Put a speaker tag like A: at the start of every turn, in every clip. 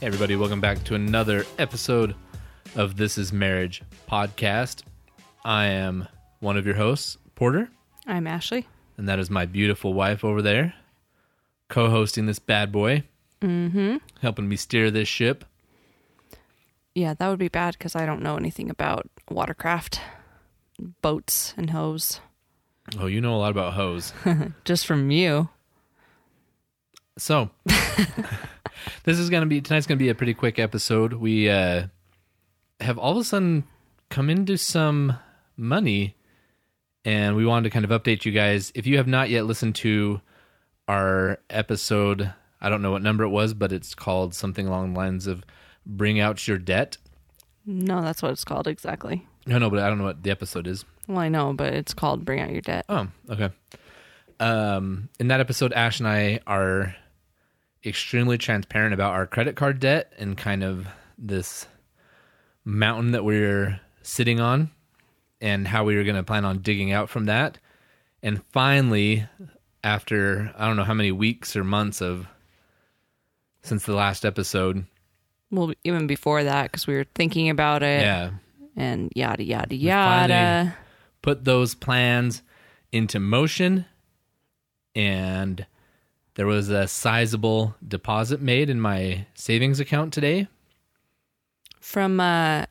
A: Hey, everybody, welcome back to another episode of This Is Marriage podcast. I am one of your hosts, Porter,
B: I'm Ashley.
A: and that is my beautiful wife over there, co hosting this bad boy, mm-hmm. helping me steer this ship.
B: Yeah, that would be bad because I don't know anything about watercraft, boats, and hose.
A: Oh, you know a lot about hoes.
B: Just from you.
A: So, this is going to be tonight's going to be a pretty quick episode. We uh, have all of a sudden come into some money, and we wanted to kind of update you guys. If you have not yet listened to our episode, I don't know what number it was, but it's called something along the lines of "Bring Out Your Debt."
B: No, that's what it's called exactly.
A: No, no, but I don't know what the episode is.
B: Well, I know, but it's called Bring Out Your Debt.
A: Oh, okay. Um, in that episode, Ash and I are extremely transparent about our credit card debt and kind of this mountain that we're sitting on and how we were going to plan on digging out from that. And finally, after I don't know how many weeks or months of since the last episode,
B: Well, even before that, because we were thinking about it
A: yeah,
B: and yada, yada,
A: finally-
B: yada.
A: put those plans into motion and there was a sizable deposit made in my savings account today
B: From uh,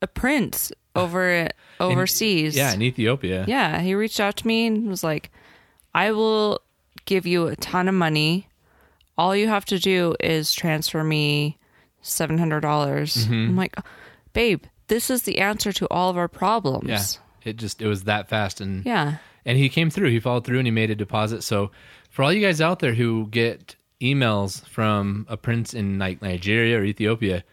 B: a prince over overseas.
A: yeah in ethiopia
B: Yeah, he reached out to me and was like, I will give you a ton of money. All you have to do is transfer me $700. dollars
A: Mm-hmm.
B: I'm like, babe, this is the answer to all of our
A: yeah
B: problems.
A: it just it was that fast and
B: Yeah.
A: and he came through he followed through and he made a deposit so for all you guys out there who get emails from a prince in like nigeria or ethiopia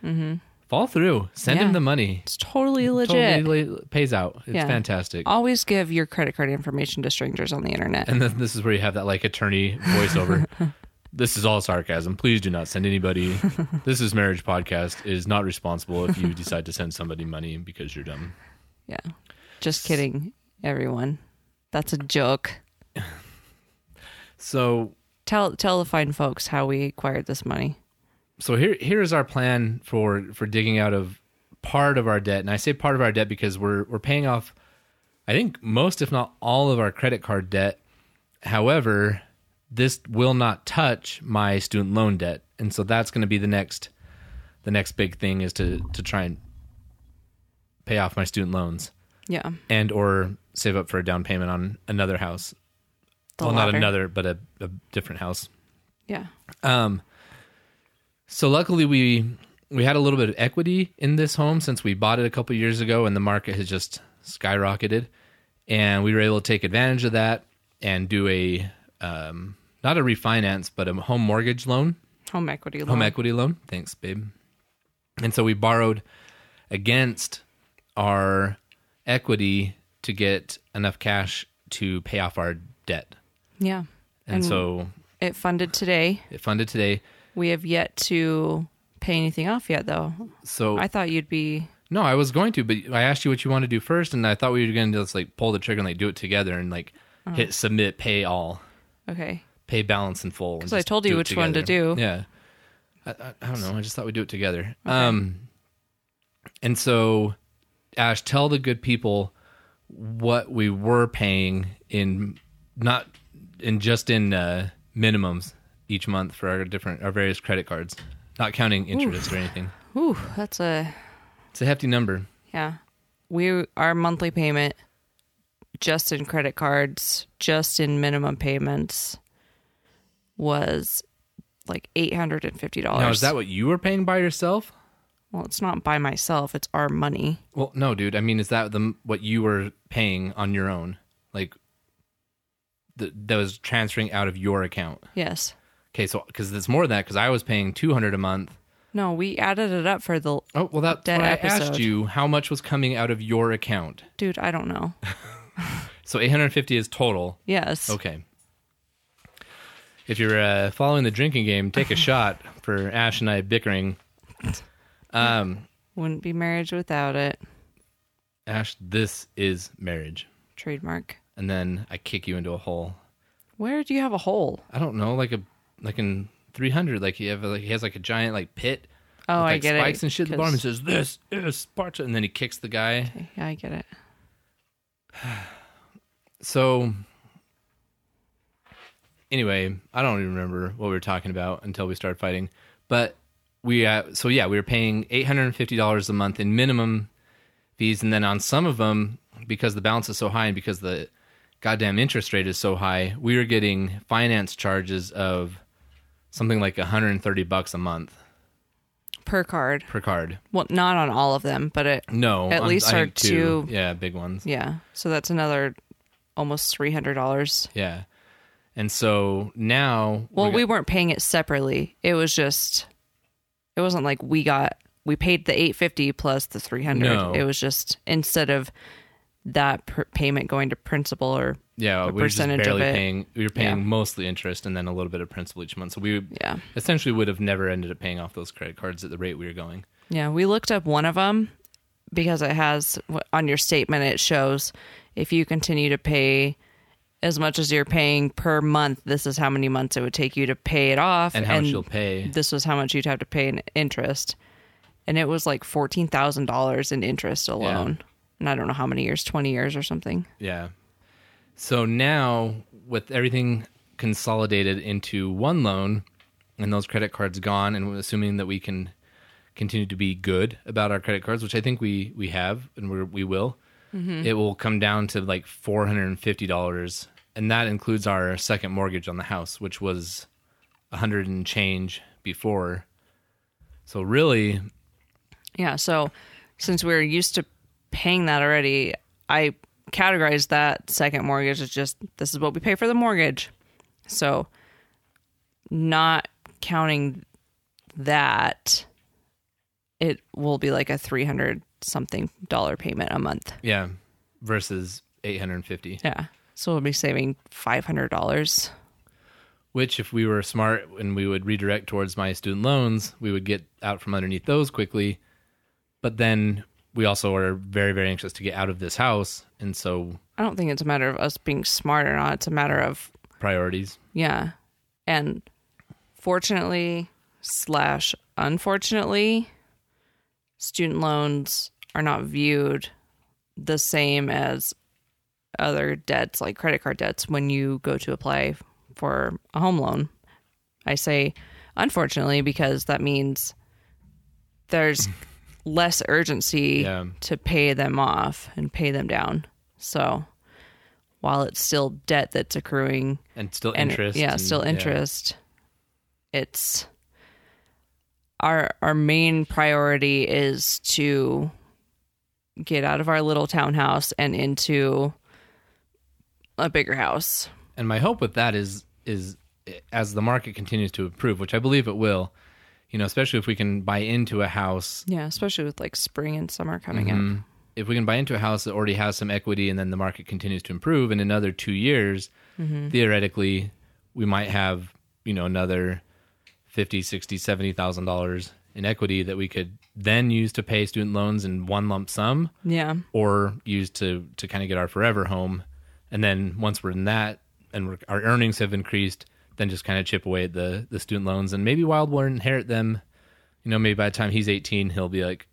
A: fall through send him
B: Mm-hmm. Yeah.
A: the money
B: It's totally legit.
A: totally le- pays out it's
B: Yeah.
A: fantastic
B: Always give your credit card information to strangers on the internet.
A: And then this is where you have that like attorney voiceover. this is all sarcasm. Please do not send anybody. this is marriage podcast is not responsible if you decide to send somebody money because you're dumb.
B: Yeah. Just kidding, everyone. That's a joke.
A: So
B: Tell tell the fine folks how we acquired this money.
A: so here here is our plan for for digging out of part of our debt. And I say part of our debt because we're we're paying off I think most if not all of our credit card debt. However, this will not touch my student loan debt. And so that's going to be the next the next big thing is to to try and pay off my student loans
B: Yeah.
A: and or save up for a down payment on another house.
B: The
A: well, not
B: latter.
A: another, but a, a different house.
B: Yeah.
A: Um, so luckily we we had a little bit of equity in this home since we bought it a couple years ago, and the market has just skyrocketed, and we were able to take advantage of that and do a um, not a refinance, but a home mortgage loan,
B: Home equity loan.
A: home equity loan. Thanks, babe. And so we borrowed against our equity to get enough cash to pay off our debt,
B: yeah.
A: and, so
B: It funded today.
A: it funded today.
B: We have yet to pay anything off yet, though.
A: So
B: I thought you'd be.
A: No, I was going to, but I asked you what you want to do first, and I thought we were going to just like pull the trigger and like do it together and like
B: Mm.
A: hit submit, pay all,
B: Okay.
A: pay balance in full. Because
B: I told you which one to do.
A: Yeah, I, I, I don't know. I just thought we'd do it together. Um, and so, Ash, tell the good people what we were paying in not in just in uh, minimums each month for our different our various credit cards, not counting interest or anything.
B: Ooh, that's a.
A: It's a hefty number.
B: Yeah. We Our monthly payment, just in credit cards, just in minimum payments, was like $850.
A: Now, is that what you were paying by yourself?
B: well, it's not by myself, it's our money.
A: Well, no, dude. I mean, is that the what you were paying on your own? Like, th that was transferring out of your account.
B: Yes.
A: Okay, so because it's more than that, because I was paying two hundred a month.
B: No, we added it up for the.
A: Oh well, that's
B: That
A: why I asked
B: episode.
A: you how much was coming out of your account.
B: Dude, I don't know.
A: So eight hundred fifty is total.
B: Yes.
A: Okay. If you're uh, following the drinking game, take a shot for Ash and I bickering. Um,
B: Wouldn't be marriage without it.
A: Ash, this is marriage,
B: Trademark.
A: and then I kick you into a hole.
B: Where do you have a hole?
A: I don't know, like a like in 300, like he have like he has like a giant like pit
B: Oh, I
A: like
B: get
A: spikes
B: it.
A: and shit. at The
B: 'cause-
A: barman says, "This is Sparta," and then he kicks the guy.
B: Okay, Yeah, I get it.
A: So, anyway, I don't even remember what we were talking about until we started fighting. But we, uh, so yeah, we were paying eight hundred and fifty dollars a month in minimum fees, and then on some of them, because the balance is so high and because the goddamn interest rate is so high, we were getting finance charges of something like one hundred and thirty bucks a month
B: Per card.
A: per card.
B: Well, not on all of them, but it.
A: No,
B: At
A: on-
B: least
A: I
B: our
A: think two,
B: two-
A: yeah, big ones.
B: Yeah. So that's another almost three hundred dollars.
A: Yeah, and so now,
B: Well,
A: we're-
B: we weren't paying it separately. It was just. It wasn't like we got we paid the eight fifty plus the three hundred.
A: No.
B: It was just instead of that per- payment going to principal or
A: Yeah,
B: the
A: we were just
B: percentage of
A: barely
B: it.
A: paying. We were paying
B: Yeah.
A: mostly interest and then a little bit of principal each month. So we
B: yeah
A: essentially would have never ended up paying off those credit cards at the rate we were going.
B: Yeah, we looked up one of them because it has on your statement it shows if you continue to pay as much as you're paying per month, this is how many months it would take you to pay it off,
A: And how much you'll pay?
B: This was how much you'd have to pay in interest, and it was like fourteen thousand dollars in interest alone. And I don't know how many years, twenty years or something.
A: Yeah. So now with everything consolidated into one loan and those credit cards gone, and assuming that we can continue to be good about our credit cards, which I think we we have and we're, we will, it will come down to like four hundred and fifty dollars, and that includes our second mortgage on the house, which was a hundred and change before. So really,
B: Yeah. So since we were used to paying that already, I categorized that second mortgage as just this is what we pay for the mortgage. So not counting that, it will be like a 300 something dollar payment a month.
A: yeah, versus eight hundred and fifty.
B: Yeah. So we'll be saving $500.
A: which if we were smart and we would redirect towards my student loans, we would get out from underneath those quickly. But then we also are very, very anxious to get out of this house. And so
B: I don't think it's a matter of us being smart or not. It's a matter of
A: priorities.
B: Yeah. And fortunately slash unfortunately, student loans are not viewed the same as other debts like credit card debts when you go to apply for a home loan. I say unfortunately because that means there's less urgency
A: Yeah.
B: to pay them off and pay them down. So while it's still debt that's accruing
A: And still
B: and-
A: interest.
B: yeah,
A: and-
B: still interest. It's our our main priority is to get out of our little townhouse and into a bigger house.
A: And my hope with that is is as the market continues to improve, which I believe it will, you know, especially if we can buy into a house
B: Yeah, especially with like spring and summer coming
A: Mm-hmm.
B: up.
A: if we can buy into a house that already has some equity and then the market continues to improve in another two years theoretically we might have you know another 50 60 70 thousand dollars in equity that we could then use to pay student loans in one lump sum
B: Yeah.
A: or use to to kind of get our forever home and then once we're in that and we're, our earnings have increased then just kind of chip away at the the student loans and maybe wild will inherit them you know maybe by the time he's 18 he'll be like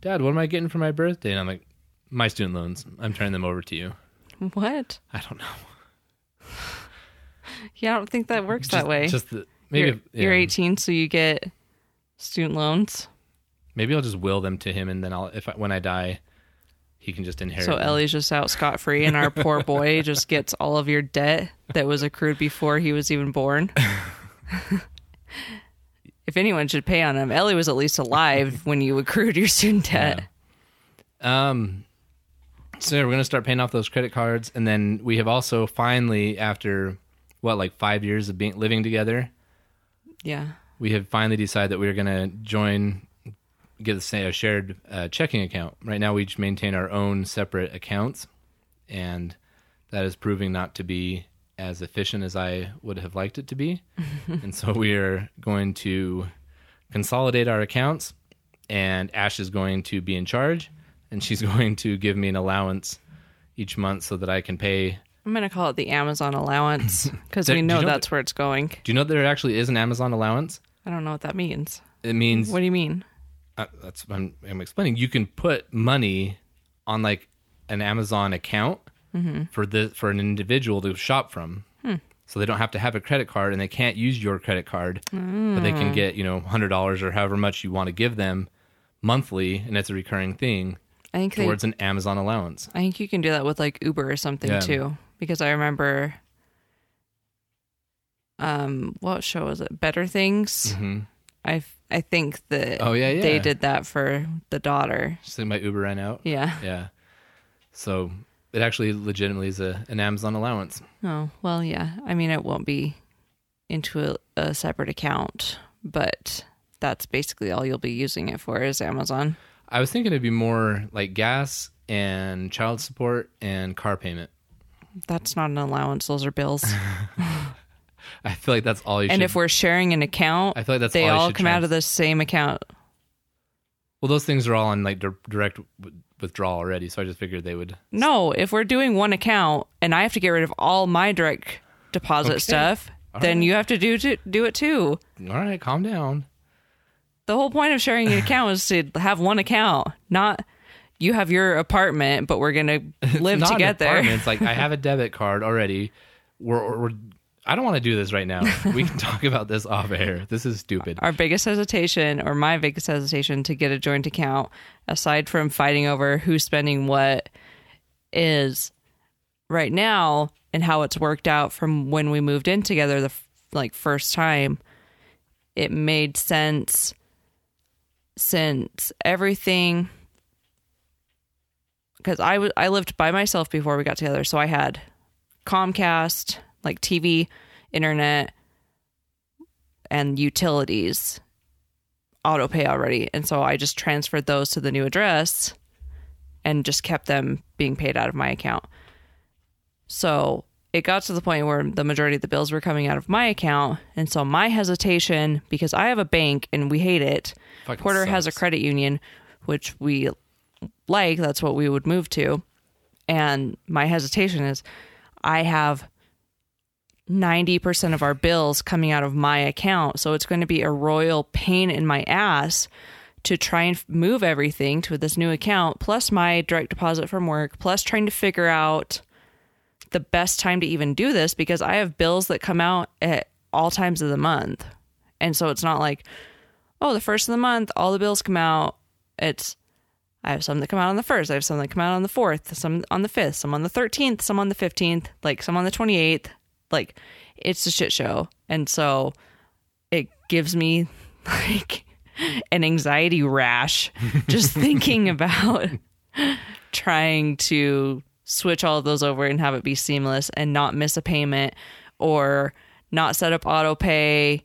A: dad what am i getting for my birthday and i'm like my student loans i'm turning them over to you
B: What?
A: i don't know
B: Yeah, I don't think that works
A: Just-
B: that way.
A: just the,
B: you're,
A: maybe if-
B: you're
A: yeah.
B: 18, so you get student loans.
A: maybe i'll just will them to him and then i'll if I, when i die he can just inherit
B: So
A: them.
B: Ellie's just out scot free, and our poor boy just gets all of your debt that was accrued before he was even born. if anyone should pay on him, Ellie was at least alive when you accrued your student debt.
A: Um, so yeah, we're gonna start paying off those credit cards, and then we have also finally, after what like five years of being living together,
B: Yeah.
A: we have finally decided that we are gonna join, get the same, a shared uh, checking account. Right now, we each maintain our own separate accounts, and that is proving not to be as efficient as I would have liked it to be, and so we are going to consolidate our accounts and Ash is going to be in charge, and she's going to give me an allowance each month so that I can pay.
B: I'm going to call it the Amazon allowance because
A: There-
B: we
A: do you
B: know
A: know
B: that's where it's going.
A: Do you know there actually is an Amazon allowance?
B: I don't know what that means.
A: It means
B: What do you mean?
A: uh, that's what I'm, I'm explaining. You can put money on like an Amazon account
B: Mm-hmm.
A: for the for an individual to shop from,
B: Hmm.
A: so they don't have to have a credit card and they can't use your credit card, but they
B: Mm.
A: can get you know hundred dollars or however much you want to give them monthly, and it's a recurring thing
B: I think they,
A: towards an Amazon allowance.
B: I think you can do that with like Uber or something
A: Yeah.
B: too. Because I remember um what show was it? Better Things.
A: Mhm.
B: I f- I think that
A: Oh, yeah,
B: they
A: yeah.
B: did that for the daughter.
A: Just like my Uber ran out.
B: Yeah.
A: Yeah. So it actually legitimately is a, an Amazon allowance.
B: Oh, well, yeah. I mean, it won't be into a, a separate account, but that's basically all you'll be using it for is Amazon.
A: I was thinking it'd be more like gas and child support and car payment.
B: That's not an allowance. Those are bills.
A: I feel like that's all you
B: and
A: should.
B: if we're sharing an account,
A: I feel like that's
B: they
A: all, you
B: all
A: should
B: come out
A: trans-
B: of the same account.
A: Well, those things are all on like dir- direct w- withdrawal already, so I just figured they would.
B: No, if we're doing one account and I have to get rid of all my direct deposit
A: Okay.
B: stuff, then
A: right.
B: you have to do to, do it too.
A: All right, calm down.
B: The whole point of sharing an account is to have one account, not you have your apartment, but we're gonna live
A: Not
B: to
A: an
B: get there.
A: apartment. It's like I have a debit card already. We're, we're I don't want to do this right now. We can talk about this off air. This is stupid.
B: our biggest hesitation or my biggest hesitation to get a joint account aside from fighting over who's spending what is right now and how it's worked out from when we moved in together the f- like first time it made sense since everything because I w- I lived by myself before we got together so i had comcast like tv internet and utilities auto pay already. And so I just transferred those to the new address and just kept them being paid out of my account. So it got to the point where the majority of the bills were coming out of my account. And so my hesitation, because I have a bank and we hate it,
A: Fucking
B: Porter has a
A: sucks.
B: credit union, which we like. That's what we would move to. And my hesitation is I have 90% of our bills coming out of my account. So it's going to be a royal pain in my ass to try and f- move everything to this new account, plus my direct deposit from work, plus trying to figure out the best time to even do this because I have bills that come out at all times of the month. And so it's not like, oh, the first of the month, all the bills come out. It's, I have some that come out on the first, I have some that come out on the fourth, some on the fifth, some on the 13th, some on the 15th, like some on the 28th. Like it's a shit show. And so it gives me like an anxiety rash just thinking about trying to switch all of those over and have it be seamless and not miss a payment or not set up auto pay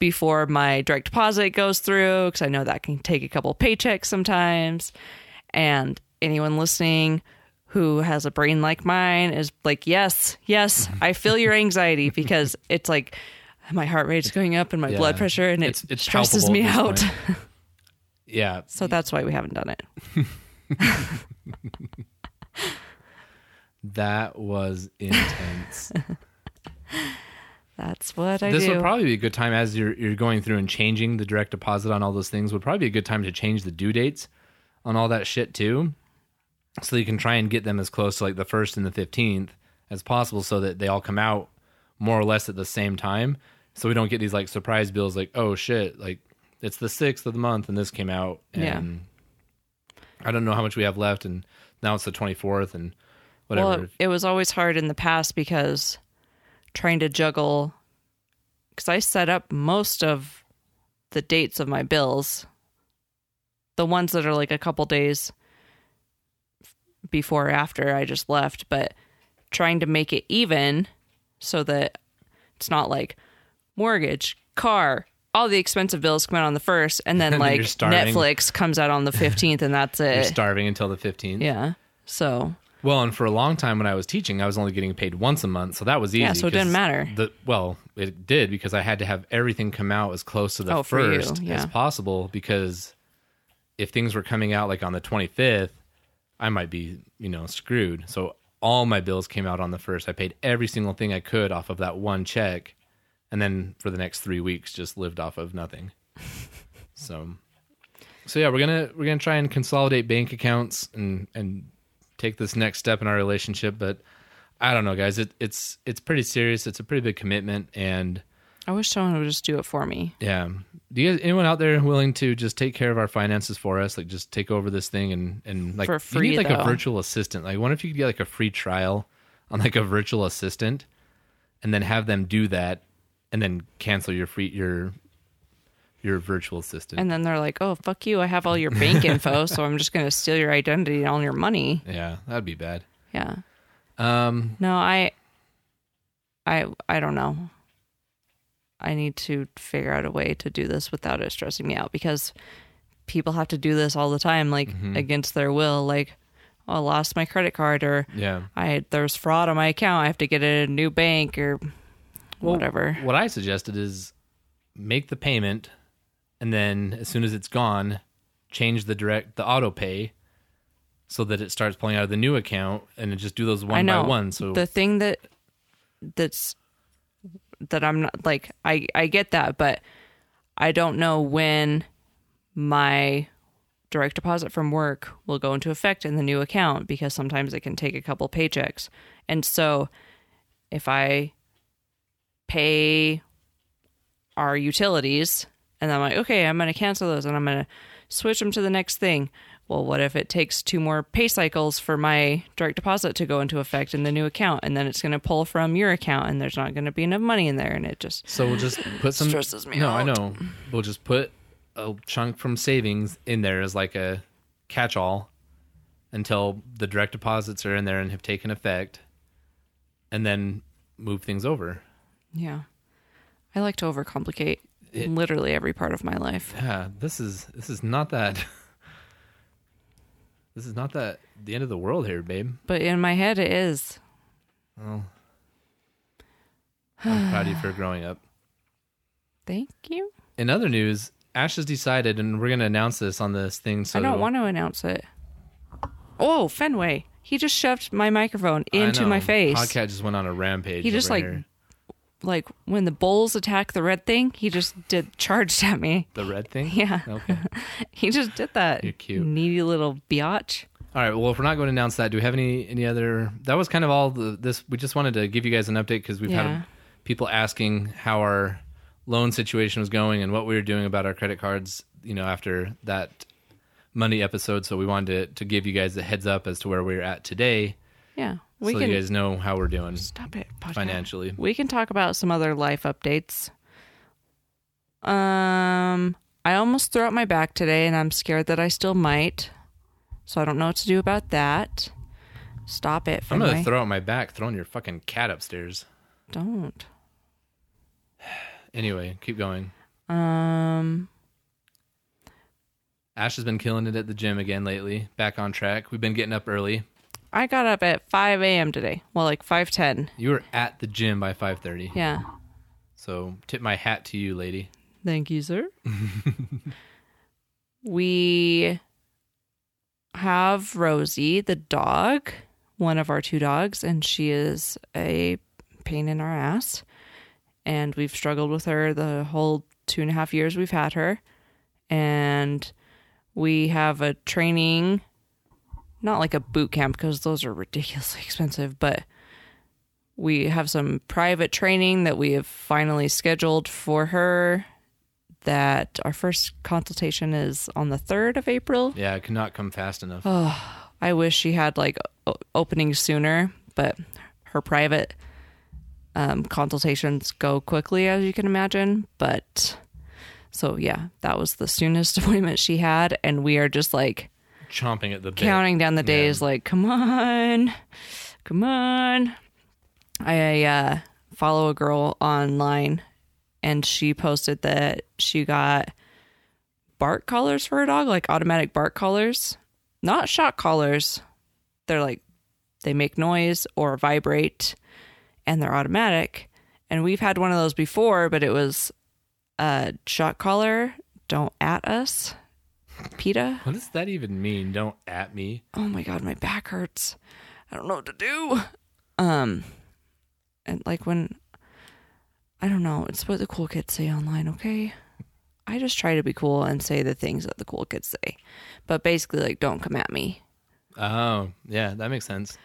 B: before my direct deposit goes through because I know that can take a couple paychecks sometimes. And anyone listening who has a brain like mine is like, yes, yes, I feel your anxiety because it's like my heart rate's going up and my
A: Yeah.
B: blood pressure and it
A: It's- it's
B: stresses
A: palpable
B: me
A: at this
B: out.
A: point. Yeah.
B: So that's why we haven't done it.
A: That was intense.
B: That's what I
A: this
B: do.
A: would probably be a good time as you're you're going through and changing the direct deposit on all those things. Would probably be a good time to change the due dates on all that shit too, so you can try and get them as close to like the first and the fifteenth as possible, so that they all come out more or less at the same time. So we don't get these like surprise bills, like oh shit, like it's the sixth of the month and this came out, and
B: Yeah.
A: I don't know how much we have left, and now it's the twenty fourth and whatever.
B: Well, it, it was always hard in the past because trying to juggle, because I set up most of the dates of my bills, the ones that are like a couple days before or after I just left, but trying to make it even so that it's not like mortgage, car, all the expensive bills come out on the first, and then
A: And then
B: like
A: you're starving.
B: Netflix comes out on the 15th, and that's
A: You're
B: it.
A: starving until the fifteenth.
B: yeah. So
A: Well, and for a long time when I was teaching, I was only getting paid once a month, so that was easy.
B: Yeah, so it didn't
A: 'cause
B: matter.
A: The, well, it did because I had to have everything come out as close to the
B: Oh, for you,
A: first
B: yeah.
A: as possible. Because if things were coming out like on the twenty fifth, I might be you know screwed. So all my bills came out on the first. I paid every single thing I could off of that one check, and then for the next three weeks, just lived off of nothing. So, so yeah, we're gonna we're gonna try and consolidate bank accounts and and take this next step in our relationship. But I don't know, guys. It, it's it's pretty serious. It's a pretty big commitment, and
B: I wish someone would just do it for me.
A: yeah. Do you guys anyone out there willing to just take care of our finances for us? Like just take over this thing and and like
B: For
A: you
B: free,
A: need like
B: though.
A: a virtual assistant. Like what if you could get like a free trial on like a virtual assistant and then have them do that and then cancel your free your your virtual assistant.
B: And then they're like, "Oh, fuck you! I have all your bank info, so I'm just gonna steal your identity and all your money."
A: yeah, that'd be bad.
B: Yeah.
A: Um
B: No, I, I, I don't know. I need to figure out a way to do this without it stressing me out because people have to do this all the time, like against their will. Like, oh, I lost my credit card, or
A: yeah.
B: I there's fraud on my account. I have to get a new bank, or whatever.
A: What I suggested is make the payment and then as soon as it's gone, change the direct the auto pay so that it starts pulling out of the new account and then just do those
B: I
A: one by
B: know
A: one. So
B: the thing that that's that I'm not like I I get that, but I don't know when my direct deposit from work will go into effect in the new account because sometimes it can take a couple paychecks. And so if I pay our utilities and I'm like, okay, I'm going to cancel those and I'm going to switch them to the next thing. Well, what if it takes two more pay cycles for my direct deposit to go into effect in the new account and then it's going to pull from your account and there's not going to be enough money in there and it just
A: So we'll just put some
B: Stresses me
A: No, I
B: out.
A: know. We'll just put a chunk from savings in there as like a catch-all until the direct deposits are in there and have taken effect, and then move things over.
B: yeah. I like to overcomplicate literally every part of my life.
A: Yeah, this is this is not that. This is not that the end of the world here, babe.
B: But in my head it is.
A: I'm proud of you for growing up.
B: Thank you.
A: In other news, Ash has decided, and we're going to announce this on this thing. So
B: I don't want to announce it. Oh, Fenway. He just shoved my microphone into
A: know.
B: my face.
A: Podcast just went on a rampage.
B: He just
A: over
B: like
A: here.
B: like when the bulls attack the red thing, he just did charged at me.
A: the red thing.
B: Yeah.
A: Okay.
B: He just did that.
A: You're cute.
B: Needy little biatch.
A: All right. Well, if we're not going to announce that, do we have any any other? That was kind of all the, this. We just wanted to give you guys an update because we've
B: Yeah.
A: had people asking how our loan situation was going and what we were doing about our credit cards. You know, after that Monday episode, so we wanted to, to give you guys a heads up as to where we're at today,
B: Yeah. We
A: so
B: can
A: you guys know how we're doing
B: stop it. podcast.
A: financially.
B: We can talk about some other life updates. Um I almost threw out my back today and I'm scared that I still might. So I don't know what to do about that. Stop it,
A: I'm
B: Fenway.
A: gonna throw out my back, throwing your fucking cat upstairs.
B: don't.
A: Anyway, keep going.
B: Um
A: Ash has been killing it at the gym again lately. Back on track. We've been getting up early.
B: I got up at five AM today. Well like five ten.
A: You were at the gym by 5:30.
B: Yeah.
A: So tip my hat to you, lady.
B: Thank you, sir. we have Rosie, the dog, one of our two dogs, and she is a pain in our ass. And we've struggled with her the whole two and a half years we've had her. And we have a training, not like a boot camp, because those are ridiculously expensive, but we have some private training that we have finally scheduled for her that our first consultation is on the 3rd of April.
A: Yeah, I could not come fast enough.
B: I wish she had like o- openings sooner, but her private um, consultations go quickly, as you can imagine. But so, yeah, that was the soonest appointment she had. And we are just like
A: Chomping at the bit.
B: counting down the days, like, come on, come on. I uh, follow a girl online and she posted that she got bark collars for her dog, like automatic bark collars, not shock collars. They're like, they make noise or vibrate and they're automatic. And we've had one of those before, but it was a shock collar. Don't at us, PETA.
A: What does that even mean? Don't at me.
B: oh my god, my back hurts. I don't know what to do. Um, and like when I don't know, it's what the cool kids say online. Okay, I just try to be cool and say the things that the cool kids say. But basically, like, don't come at me.
A: Oh, yeah, that makes sense.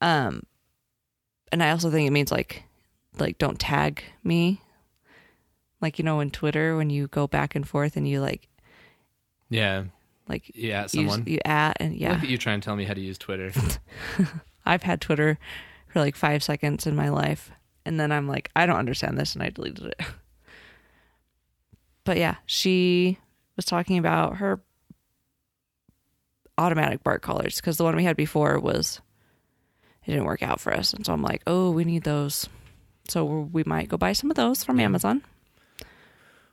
B: Um, and I also think it means like, like, don't tag me. Like, you know, in Twitter, when you go back and forth and you like,
A: Yeah,
B: like,
A: yeah,
B: you-
A: someone.
B: you, at and yeah.
A: Look at you trying to tell me how to use Twitter.
B: I've had Twitter for like five seconds in my life. And then I'm like, I don't understand this. And I deleted it. But yeah, she was talking about her automatic bark collars because the one we had before was, it didn't work out for us. And so I'm like, oh, we need those. So we might go buy some of those from Amazon.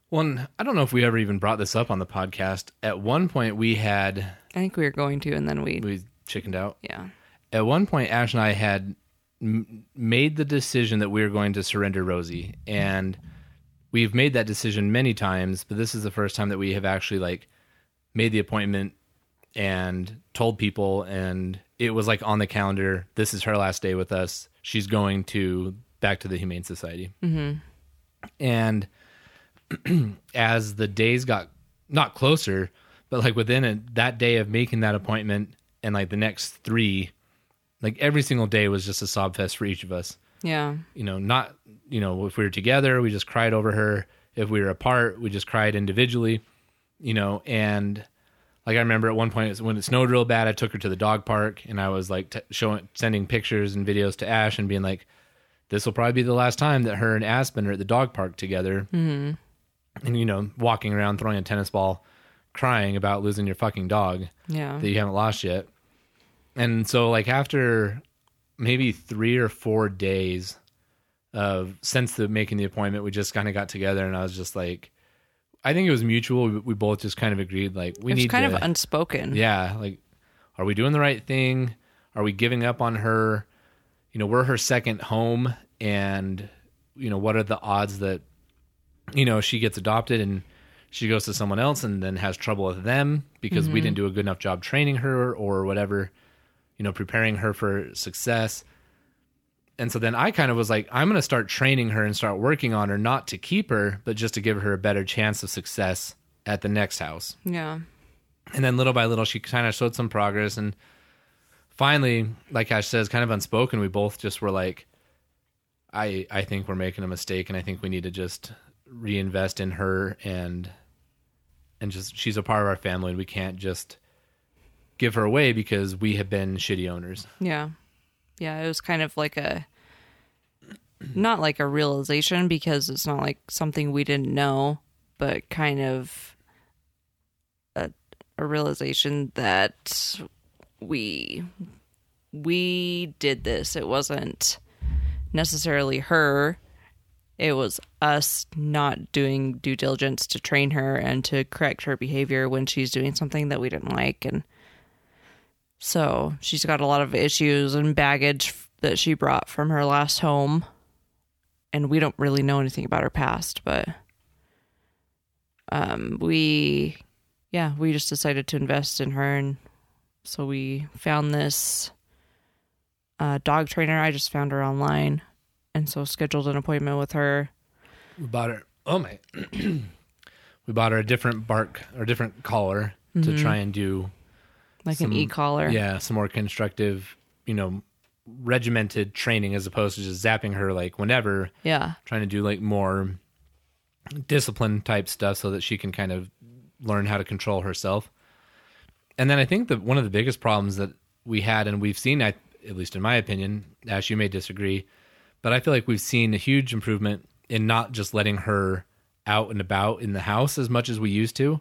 A: One, I don't know if we ever even brought this up on the podcast. At one point, we had
B: I think we were going to. And then we,
A: we chickened out.
B: yeah.
A: At one point, Ash and I had m- made the decision that we were going to surrender Rosie, and we've made that decision many times. But this is the first time that we have actually like made the appointment and told people, and it was like on the calendar. This is her last day with us. She's going to back to the Humane Society, mm-hmm. and as the days got not closer, but like within a, that day of making that appointment and like the next three, like every single day was just a sob fest for each of us.
B: Yeah.
A: You know, not, you know, if we were together, we just cried over her. If we were apart, we just cried individually, you know, and like I remember at one point it was when it snowed real bad, I took her to the dog park and I was like t- showing, sending pictures and videos to Ash and being like, this will probably be the last time that her and Aspen are at the dog park together and you know walking around throwing a tennis ball crying about losing your fucking dog
B: Yeah.
A: that you haven't lost yet and so like after maybe three or four days of since the making the appointment we just kind of got together and i was just like i think it was mutual we, we both just kind of agreed like we
B: it was
A: need
B: kind
A: to,
B: of unspoken.
A: yeah like are we doing the right thing are we giving up on her you know we're her second home and you know what are the odds that you know she gets adopted and she goes to someone else and then has trouble with them because we didn't do a good enough job training her or whatever you know preparing her for success and so then I kind of was like, I'm going to start training her and start working on her, not to keep her, but just to give her a better chance of success at the next house
B: Yeah.
A: and then little by little she kind of showed some progress and finally like ash says kind of unspoken we both just were like i i think we're making a mistake and i think we need to just reinvest in her and and just she's a part of our family and we can't just give her away because we have been shitty owners
B: Yeah. Yeah, it was kind of like a not like a realization because it's not like something we didn't know, but kind of a a realization that we we did this. It wasn't necessarily her. It was us not doing due diligence to train her and to correct her behavior when she's doing something that we didn't like and so she's got a lot of issues and baggage f- that she brought from her last home. And we don't really know anything about her past, but um, we, yeah, we just decided to invest in her. And so we found this uh, dog trainer. I just found her online. And so scheduled an appointment with her.
A: we bought her oh my we bought her a different bark or different collar to try and do
B: Like
A: Some-
B: an e collar.
A: yeah some more constructive you know regimented training as opposed to just zapping her like whenever
B: Yeah.
A: trying to do like more discipline type stuff so that she can kind of learn how to control herself and then i think that one of the biggest problems that we had and we've seen I, at least in my opinion ash you may disagree but i feel like we've seen a huge improvement in not just letting her out and about in the house as much as we used to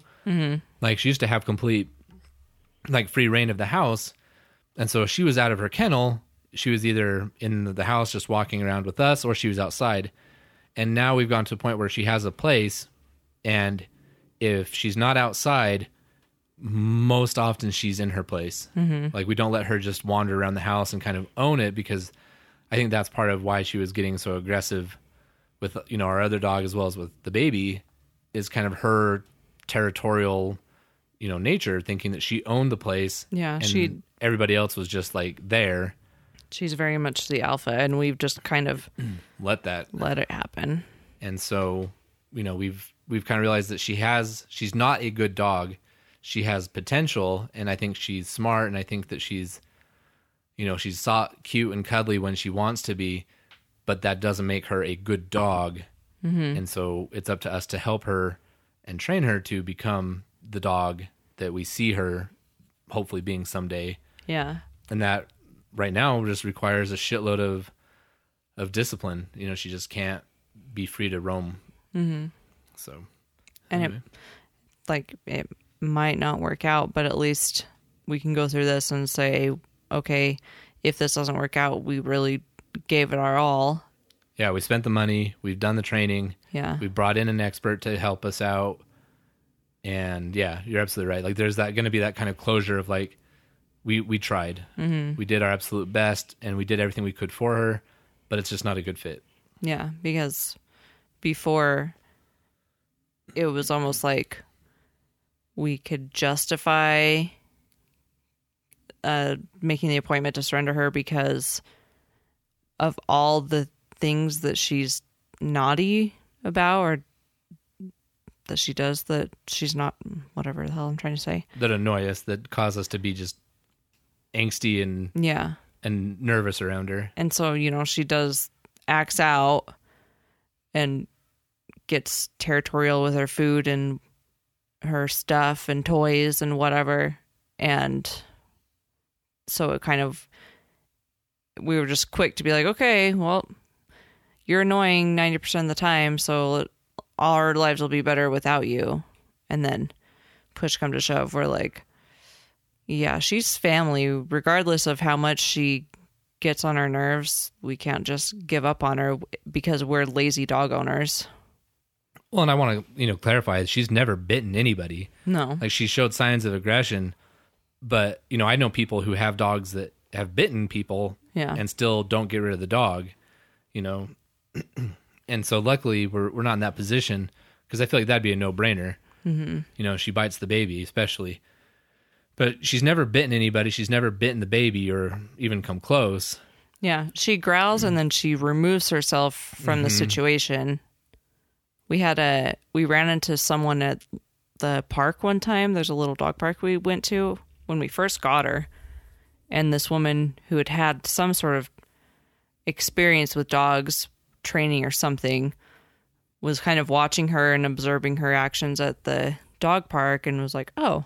A: like she used to have complete like free reign of the house and so if she was out of her kennel she was either in the house just walking around with us or she was outside and now we've gone to a point where she has a place and if she's not outside most often she's in her place
B: Mm-hmm.
A: like we don't let her just wander around the house and kind of own it because i think that's part of why she was getting so aggressive with you know our other dog as well as with the baby is kind of her territorial you know nature thinking that she owned the place
B: Yeah,
A: and
B: she-
A: everybody else was just like there
B: She's very much the alpha. And we've just kind of
A: let that
B: let it happen.
A: and so you know we've we've kind of realized that she has she's not a good dog. She has potential and I think she's smart and I think that she's you know, she's so cute and cuddly when she wants to be, but that doesn't make her a good dog. And so it's up to us to help her and train her to become the dog that we see her hopefully being someday
B: Yeah.
A: and that right now just requires a shitload of of discipline. You know, she just can't be free to roam. Mm-hmm. So
B: And it like it might not work out, but at least we can go through this and say, okay, if this doesn't work out, we really gave it our all.
A: yeah, we spent the money, we've done the training,
B: Yeah.
A: we brought in an expert to help us out, and yeah, you're absolutely right. Like, there's that going to be that kind of closure of like, we we tried,
B: Mm-hmm.
A: we did our absolute best, and we did everything we could for her, but it's just not a good fit.
B: Yeah, because before it was almost like we could justify uh, making the appointment to surrender her because of all the things that she's naughty about or that she does that she's not whatever the hell I'm trying to say.
A: That annoy us, that cause us to be just angsty and
B: Yeah.
A: and nervous around her.
B: And so, you know, she does acts out and gets territorial with her food and her stuff and toys and whatever. And so it kind of, we were just quick to be like, okay, well, you're annoying 90% of the time. So our lives will be better without you. And then push come to shove, we're like, yeah, she's family. Regardless of how much she gets on our nerves, we can't just give up on her because we're lazy dog owners.
A: Well, and I want to you know clarify that she's never bitten anybody.
B: No.
A: Like she showed signs of aggression, but you know I know people who have dogs that have bitten people
B: Yeah.
A: and still don't get rid of the dog. You know, and so luckily we're we're not in that position because I feel like that'd be a no brainer. Mm-hmm. You know, she bites the baby especially, but she's never bitten anybody. She's never bitten the baby or even come close.
B: Yeah. She growls and then she removes herself from the situation. We had a, we ran into someone at the park one time. There's a little dog park we went to when we first got her. And this woman who had had some sort of experience with dogs, training or something, was kind of watching her and observing her actions at the dog park and was like, oh,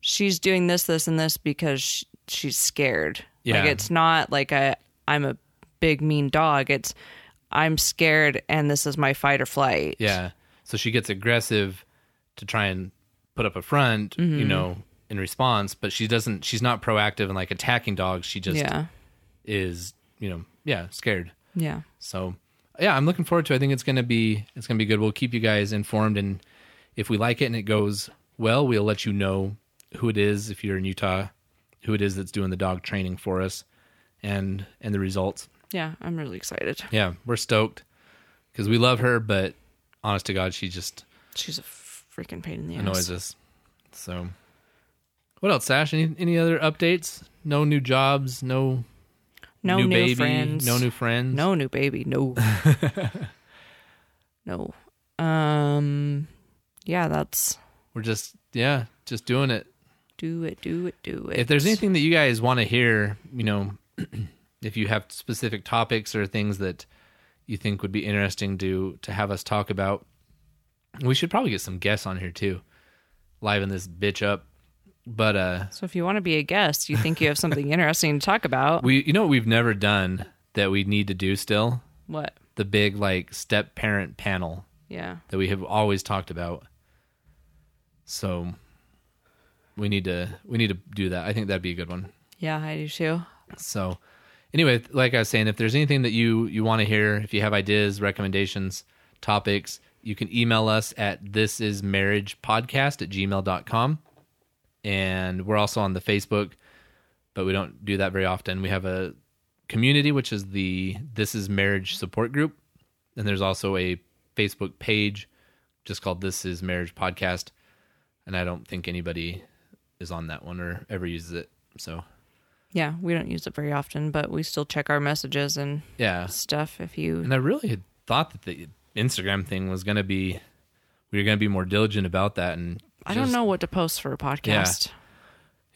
B: she's doing this, this, and this because sh she's scared.
A: Yeah.
B: Like it's not like a I'm a big mean dog. It's I'm scared and this is my fight or flight.
A: Yeah. So she gets aggressive to try and put up a front, you know, in response, but she doesn't she's not proactive and like attacking dogs. She just
B: Yeah.
A: is, you know, yeah, scared.
B: Yeah.
A: So yeah, I'm looking forward to it. I think it's gonna be it's gonna be good. We'll keep you guys informed and if we like it and it goes well, we'll let you know who it is if you're in Utah, who it is that's doing the dog training for us and and the results.
B: Yeah. I'm really excited.
A: Yeah, we're stoked because we love her, but honest to God, she just
B: She's a freaking pain in the ass.
A: annoys us. So, what else, Sash? Any any other updates? No new jobs. No
B: No
A: new,
B: new,
A: baby.
B: friends.
A: No new friends.
B: No new baby. No. no. Um. Yeah. That's
A: We're just yeah, just doing it.
B: do it. Do it. Do it.
A: If there's anything that you guys want to hear, you know, if you have specific topics or things that you think would be interesting to to have us talk about, we should probably get some guests on here too, liven this bitch up. But uh,
B: So if you want to be a guest, you think you have something interesting to talk about?
A: we you know what we've never done that we need to do still
B: what?
A: the big like step parent panel
B: Yeah.
A: that we have always talked about. So we need to we need to do that. I think that'd be a good one.
B: Yeah, I do too.
A: So anyway, like I was saying, if there's anything that you you want to hear, if you have ideas, recommendations, topics, you can email us at this is marriage podcast at gmail.com. And we're also on the Facebook, but we don't do that very often. We have a community, which is the This Is Marriage support group. And there's also a Facebook page just called This Is Marriage Podcast. And I don't think anybody is on that one or ever uses it. So
B: Yeah, we don't use it very often, but we still check our messages and
A: yeah.
B: stuff. If you
A: And I really had thought that the Instagram thing was going to be we're going to be more diligent about that and
B: I don't know what to post for a podcast.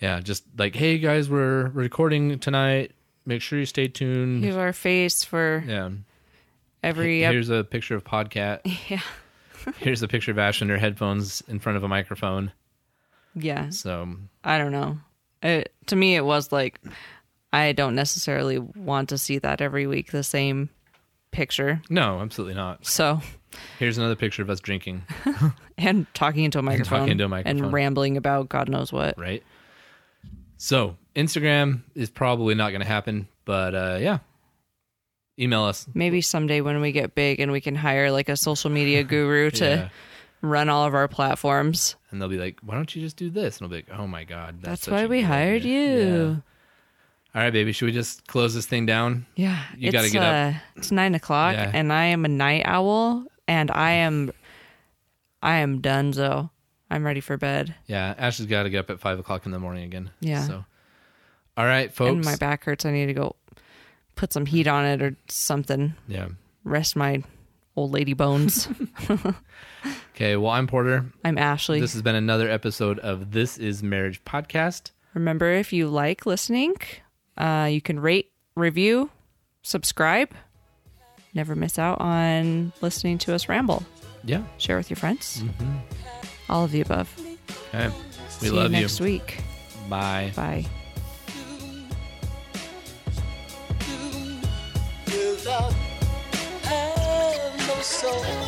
A: yeah just like hey guys we're recording tonight make sure you stay tuned
B: Here's our face for
A: yeah
B: every ep-
A: here's a picture of podcat
B: yeah.
A: here's a picture of ash and her headphones in front of a microphone
B: Yeah.
A: so
B: I don't know. It, to me it was like I don't necessarily want to see that every week the same picture.
A: no absolutely not
B: So,
A: here's another picture of us drinking
B: and talking into a microphone,
A: into a microphone.
B: and rambling about God knows what.
A: right so instagram is probably not going to happen but uh yeah email us
B: Maybe someday when we get big and we can hire like a social media guru to
A: Yeah.
B: run all of our platforms.
A: and they'll be like why don't you just do this and i'll be like oh my god
B: That's,
A: such
B: why
A: a
B: we
A: good
B: hired
A: idea." Yeah.
B: you.
A: all right baby should we just close this thing down
B: Yeah.
A: You
B: it's,
A: gotta get up.
B: uh, It's nine o'clock
A: Yeah.
B: and I am a night owl and I am I am done so I'm ready for bed.
A: Yeah, Ash has got to get up at five o'clock in the morning again.
B: Yeah.
A: So, all right, folks.
B: And my back hurts. I need to go put some heat on it or something.
A: yeah.
B: Rest my old lady bones.
A: Okay. Well, I'm Porter.
B: I'm Ashley.
A: This has been another episode of This Is Marriage podcast.
B: Remember, if you like listening, uh, you can rate, review, subscribe. Never miss out on listening to us ramble.
A: Yeah.
B: Share with your friends. All of the above.
A: Okay. We
B: See
A: Mm-hmm. love
B: you
A: you.
B: next week.
A: Bye.
B: Bye.
C: Without have no soul.